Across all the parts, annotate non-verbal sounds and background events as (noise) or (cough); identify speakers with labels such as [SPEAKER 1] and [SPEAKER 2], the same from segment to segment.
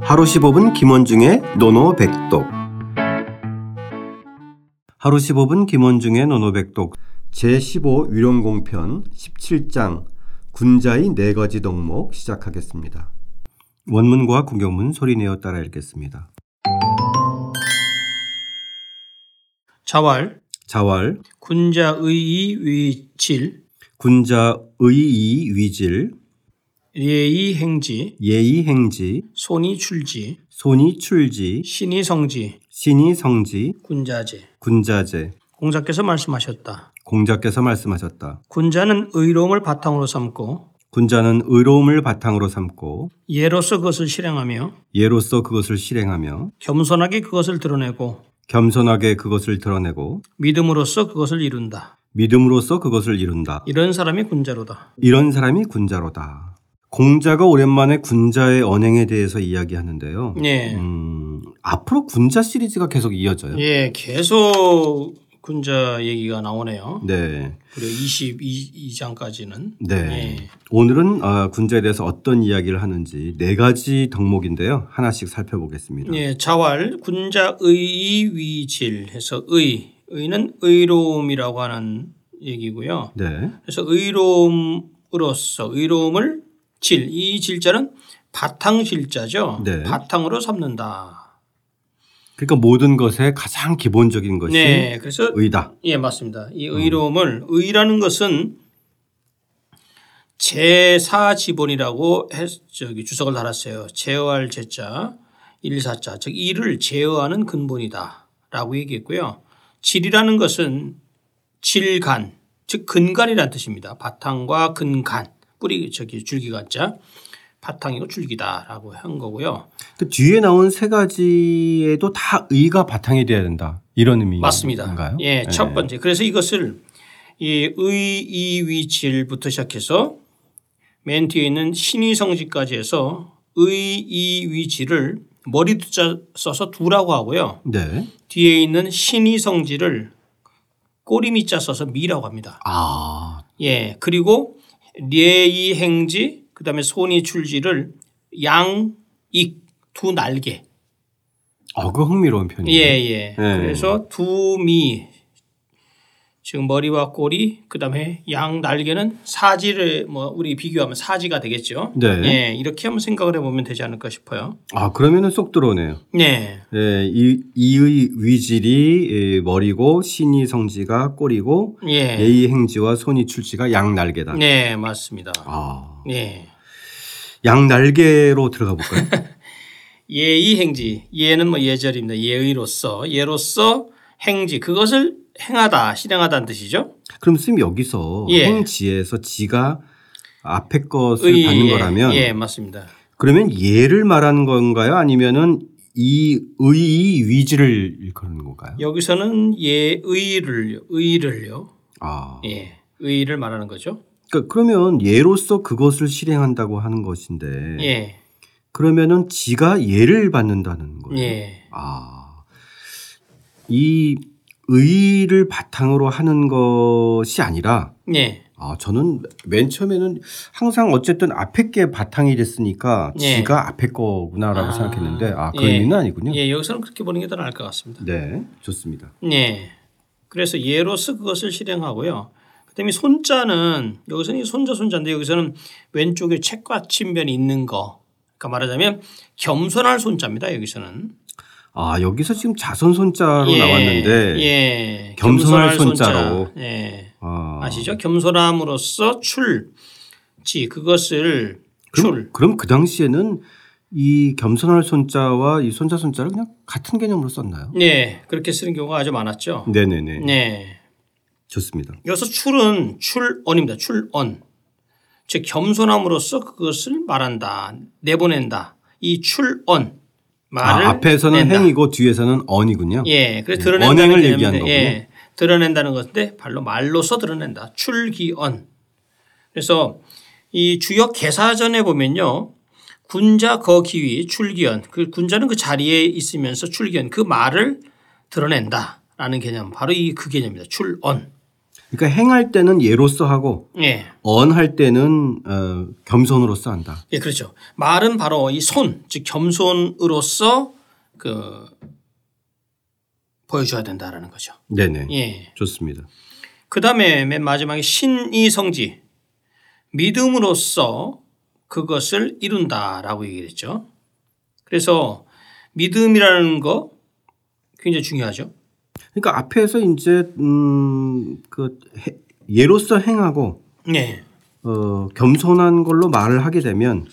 [SPEAKER 1] 하루 15분 김원중의 노노백독 하루 15분 김원중의 노노백독 제15 위령공편 17장 군자의 네 가지 덕목 시작하겠습니다. 원문과 구경문 소리내어 따라 읽겠습니다.
[SPEAKER 2] 자왈
[SPEAKER 1] 자왈
[SPEAKER 2] 군자의이 위질
[SPEAKER 1] 군자의 이 위질
[SPEAKER 2] 예의 행지
[SPEAKER 1] 예의 행지
[SPEAKER 2] 손이 출지
[SPEAKER 1] 손이 출지
[SPEAKER 2] 신이 성지
[SPEAKER 1] 신이 성지
[SPEAKER 2] 군자제
[SPEAKER 1] 군자제
[SPEAKER 2] 공자께서 말씀하셨다.
[SPEAKER 1] 공자께서 말씀하셨다.
[SPEAKER 2] 군자는 의로움을 바탕으로 삼고
[SPEAKER 1] 군자는 의로움을 바탕으로 삼고
[SPEAKER 2] 예로서 그것을 실행하며
[SPEAKER 1] 예로서 그것을 실행하며
[SPEAKER 2] 겸손하게 그것을 드러내고
[SPEAKER 1] 겸손하게 그것을 드러내고
[SPEAKER 2] 믿음으로써 그것을 이룬다.
[SPEAKER 1] 믿음으로써 그것을 이룬다.
[SPEAKER 2] 이런 사람이 군자로다.
[SPEAKER 1] 이런 사람이 군자로다. 공자가 오랜만에 군자의 언행에 대해서 이야기하는데요.
[SPEAKER 2] 예.
[SPEAKER 1] 음, 앞으로 군자 시리즈가 계속 이어져요.
[SPEAKER 2] 예, 계속 군자 얘기가 나오네요.
[SPEAKER 1] 네.
[SPEAKER 2] 그리고 22장까지는 예.
[SPEAKER 1] 네. 오늘은 아, 군자에 대해서 어떤 이야기를 하는지 네 가지 덕목인데요. 하나씩 살펴보겠습니다.
[SPEAKER 2] 예, 자활 군자 의위질 해서 의 의는 의로움이라고 하는 얘기고요.
[SPEAKER 1] 네.
[SPEAKER 2] 그래서 의로움으로서 의로움을 질 이 질자는 바탕 질자죠.
[SPEAKER 1] 네.
[SPEAKER 2] 바탕으로 삼는다.
[SPEAKER 1] 그러니까 모든 것의 가장 기본적인 것이
[SPEAKER 2] 네, 그래서
[SPEAKER 1] 의다.
[SPEAKER 2] 예, 맞습니다. 이 의로움을 의라는 것은 제사 지본이라고 해, 저기 주석을 달았어요. 제어할 제자 일사자 즉 이를 제어하는 근본이다라고 얘기했고요. 질이라는 것은 질간 즉 근간이라는 뜻입니다. 바탕과 근간 뿌리 저기 줄기간자 바탕이고 줄기다라고 한 거고요.
[SPEAKER 1] 그 뒤에 나온 세 가지에도 다 의가 바탕이 돼야 된다. 이런 의미인가요?
[SPEAKER 2] 맞습니다. 예, 첫 번째. 그래서 이것을 이 의, 이, 위, 질부터 시작해서 맨 뒤에 있는 신의 성지까지 해서 의, 이, 위, 질을 머리 두자 써서 두라고 하고요.
[SPEAKER 1] 네.
[SPEAKER 2] 뒤에 있는 신의 성지를 꼬리미 자 써서 미라고 합니다.
[SPEAKER 1] 아,
[SPEAKER 2] 예. 그리고 례이 행지 그다음에 손이 출지를 양, 익 두 날개.
[SPEAKER 1] 어, 그 흥미로운 편이에요.
[SPEAKER 2] 예, 예. 그래서 두미 지금 머리와 꼬리 그다음에 양 날개는 사지를 뭐 우리 비교하면 사지가 되겠죠.
[SPEAKER 1] 네.
[SPEAKER 2] 예, 이렇게 한번 생각을 해보면 되지 않을까 싶어요.
[SPEAKER 1] 아, 그러면은 쏙 들어오네요.
[SPEAKER 2] 네,
[SPEAKER 1] 예, 이, 이의 위질이 예, 머리고 신이 성지가 꼬리고
[SPEAKER 2] 예,
[SPEAKER 1] 예의 행지와 손이 출지가 양 날개다.
[SPEAKER 2] 네 맞습니다.
[SPEAKER 1] 아,
[SPEAKER 2] 예,
[SPEAKER 1] 양 날개로 들어가 볼까요? (laughs)
[SPEAKER 2] 예의 행지 예는 뭐 예절입니다. 예의로서 예로서 행지 그것을 행하다 실행하다는 뜻이죠.
[SPEAKER 1] 그럼 선생님 여기서
[SPEAKER 2] 예.
[SPEAKER 1] 행지에서 지가 앞에 것을
[SPEAKER 2] 의-
[SPEAKER 1] 받는
[SPEAKER 2] 예,
[SPEAKER 1] 거라면
[SPEAKER 2] 예 맞습니다.
[SPEAKER 1] 그러면 예를 말하는 건가요? 아니면은 이 의의 위지를 일컫는 건가요?
[SPEAKER 2] 예. 여기서는 예의를 의를요.
[SPEAKER 1] 아.
[SPEAKER 2] 예, 의를 말하는 거죠.
[SPEAKER 1] 그러니까 그러면 예로서 그것을 실행한다고 하는 것인데
[SPEAKER 2] 예.
[SPEAKER 1] 그러면은 지가 예를 받는다는 거예요.
[SPEAKER 2] 예.
[SPEAKER 1] 아. 이 의를 바탕으로 하는 것이 아니라
[SPEAKER 2] 예.
[SPEAKER 1] 아, 저는 맨 처음에는 항상 어쨌든 앞에 게 바탕이 됐으니까
[SPEAKER 2] 예.
[SPEAKER 1] 지가 앞에 거구나라고
[SPEAKER 2] 아,
[SPEAKER 1] 생각했는데 아, 그
[SPEAKER 2] 예.
[SPEAKER 1] 의미는 아니군요.
[SPEAKER 2] 예, 여기서는 그렇게 보는 게 더 나을 것 같습니다.
[SPEAKER 1] 네, 좋습니다.
[SPEAKER 2] 예. 그래서 예로서 그것을 실행하고요. 그다음에 손자는 여기서는 이 손자 손자인데 여기서는 왼쪽에 책과 침변이 있는 거. 그러니까 말하자면 겸손할 손자입니다. 여기서는.
[SPEAKER 1] 아 여기서 지금 자손 손자로
[SPEAKER 2] 예,
[SPEAKER 1] 나왔는데
[SPEAKER 2] 예.
[SPEAKER 1] 겸손할 손자로.
[SPEAKER 2] 예.
[SPEAKER 1] 아,
[SPEAKER 2] 아시죠? 겸손함으로써 출지 그것을 출.
[SPEAKER 1] 그럼 그 당시에는 이 겸손할 손자와 이 손자 손자를 그냥 같은 개념으로 썼나요?
[SPEAKER 2] 예. 그렇게 쓰는 경우가 아주 많았죠.
[SPEAKER 1] 네네네
[SPEAKER 2] 예.
[SPEAKER 1] 좋습니다.
[SPEAKER 2] 여기서 출은 출언입니다. 출언. 즉 겸손함으로써 그것을 말한다. 내보낸다. 이 출언 말을
[SPEAKER 1] 아, 앞에서는
[SPEAKER 2] 낸다.
[SPEAKER 1] 행이고 뒤에서는 언이군요.
[SPEAKER 2] 예, 그래서
[SPEAKER 1] 예,
[SPEAKER 2] 드러낸다는
[SPEAKER 1] 언행을
[SPEAKER 2] 개념인데,
[SPEAKER 1] 얘기하는 거군요.
[SPEAKER 2] 예, 드러낸다는 건데 발로 말로서 드러낸다. 출기언. 그래서 이 주역 개사전에 보면요. 군자 거기위 출기언. 그 군자는 그 자리에 있으면서 출기언 그 말을 드러낸다라는 개념. 바로 이 그 개념입니다. 출언.
[SPEAKER 1] 그러니까 행할 때는 예로서 하고
[SPEAKER 2] 예.
[SPEAKER 1] 언할 때는 어, 겸손으로서 한다.
[SPEAKER 2] 예, 그렇죠. 말은 바로 이 손, 즉 겸손으로서 그 보여줘야 된다라는 거죠.
[SPEAKER 1] 네네.
[SPEAKER 2] 예.
[SPEAKER 1] 좋습니다.
[SPEAKER 2] 그 다음에 맨 마지막에 신이 성지 믿음으로써 그것을 이룬다라고 얘기했죠. 그래서 믿음이라는 거 굉장히 중요하죠.
[SPEAKER 1] 그러니까 앞에서 이제 음그 예로서 행하고
[SPEAKER 2] 네,
[SPEAKER 1] 어, 겸손한 걸로 말을 하게 되면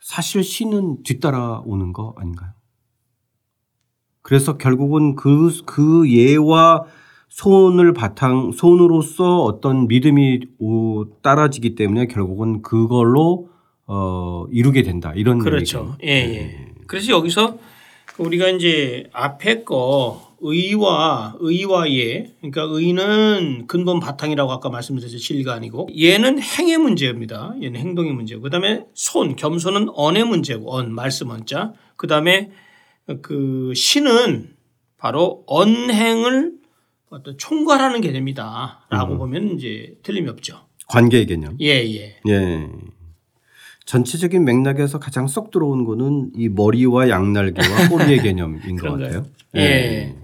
[SPEAKER 1] 사실 신은 뒤따라오는 거 아닌가요? 그래서 결국은 그 그 예와 손을 바탕 손으로서 어떤 믿음이 오, 따라지기 때문에 결국은 그걸로 어, 이루게 된다 이런
[SPEAKER 2] 그렇죠. 예, 예.
[SPEAKER 1] 네.
[SPEAKER 2] 그래서 여기서 우리가 이제 앞에 거 의와 의와 예 그러니까 의는 근본 바탕이라고 아까 말씀드렸죠 진리가 아니고 예는 행의 문제입니다 얘는 행동의 문제고 그다음에 손 겸손은 언의 문제고 언 말씀 언자 그다음에 그 신은 바로 언행을 어떤 총괄하는 개념이다라고 보면 이제 틀림이 없죠
[SPEAKER 1] 관계의 개념.
[SPEAKER 2] 예 예.
[SPEAKER 1] 예. 전체적인 맥락에서 가장 쏙 들어온 거는 이 머리와
[SPEAKER 2] (laughs)
[SPEAKER 1] 양날개와 꼬리의 개념인 것
[SPEAKER 2] 그런가요?
[SPEAKER 1] 같아요.
[SPEAKER 2] 예.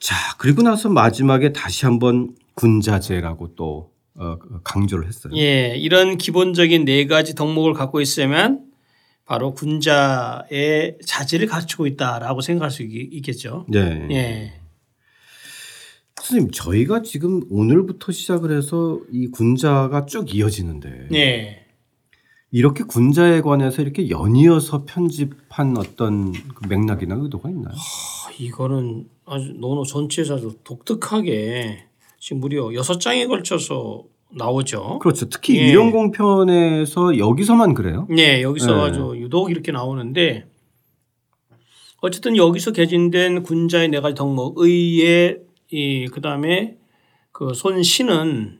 [SPEAKER 1] 자, 그리고 나서 마지막에 다시 한번 군자제라고 또 어, 강조를 했어요.
[SPEAKER 2] 예, 이런 기본적인 네 가지 덕목을 갖고 있으면 바로 군자의 자질을 갖추고 있다라고 생각할 수 있- 있겠죠.
[SPEAKER 1] 네.
[SPEAKER 2] 예,
[SPEAKER 1] 선생님, 저희가 지금 오늘부터 시작을 해서 이 군자가 쭉 이어지는데
[SPEAKER 2] 예,
[SPEAKER 1] 이렇게 군자에 관해서 이렇게 연이어서 편집한 어떤 그 맥락이나 의도가 있나요?
[SPEAKER 2] 아, 이거는 아주 논어 전체에서 아주 독특하게 지금 무려 여섯 장에 걸쳐서 나오죠.
[SPEAKER 1] 그렇죠. 특히
[SPEAKER 2] 예.
[SPEAKER 1] 이런 공편에서 여기서만 그래요.
[SPEAKER 2] 네, 여기서
[SPEAKER 1] 예.
[SPEAKER 2] 아주 유독 이렇게 나오는데 어쨌든 여기서 개진된 군자의 네 가지 덕목 의의 이 그다음에 그 손신은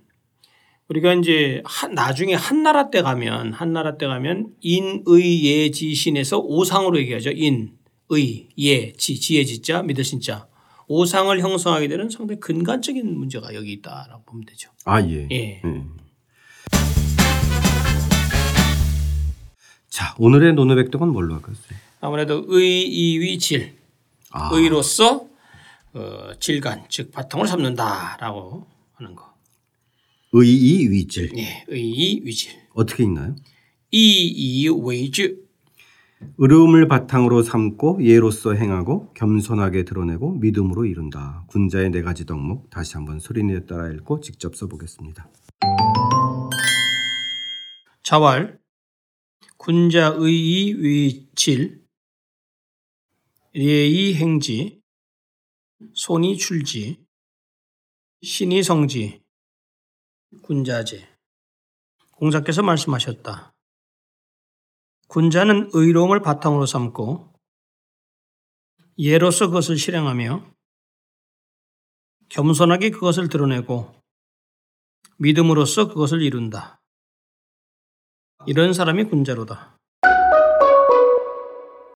[SPEAKER 2] 우리가 이제 한- 나중에 한나라 때 가면 한나라 때 가면 인의예지신에서 오상으로 얘기하죠. 인의예지 지혜지자 믿으신자 오상을 형성하게 되는 상당히 근간적인 문제가 여기 있다라고 보면 되죠.
[SPEAKER 1] 아 예.
[SPEAKER 2] 예.
[SPEAKER 1] 예. 자 오늘의 노노백덕은 뭘로 할까요? 선생님?
[SPEAKER 2] 아무래도 의이위질
[SPEAKER 1] 아,
[SPEAKER 2] 의로서 어, 질간 즉 바탕을 삼는다라고 하는 거.
[SPEAKER 1] 의이 위질
[SPEAKER 2] 예, 의이 위질.
[SPEAKER 1] 어떻게 읽나요?
[SPEAKER 2] 이이 외주.
[SPEAKER 1] 의로움을 바탕으로 삼고 예로서 행하고 겸손하게 드러내고 믿음으로 이룬다. 군자의 네 가지 덕목 다시 한번 소리내에 따라 읽고 직접 써보겠습니다.
[SPEAKER 2] 자왈 군자 의이 위질. 예의 행지. 손이 출지. 신이 성지. 군자제. 공자께서 말씀하셨다. 군자는 의로움을 바탕으로 삼고 예로서 그것을 실행하며 겸손하게 그것을 드러내고 믿음으로써 그것을 이룬다. 이런 사람이 군자로다.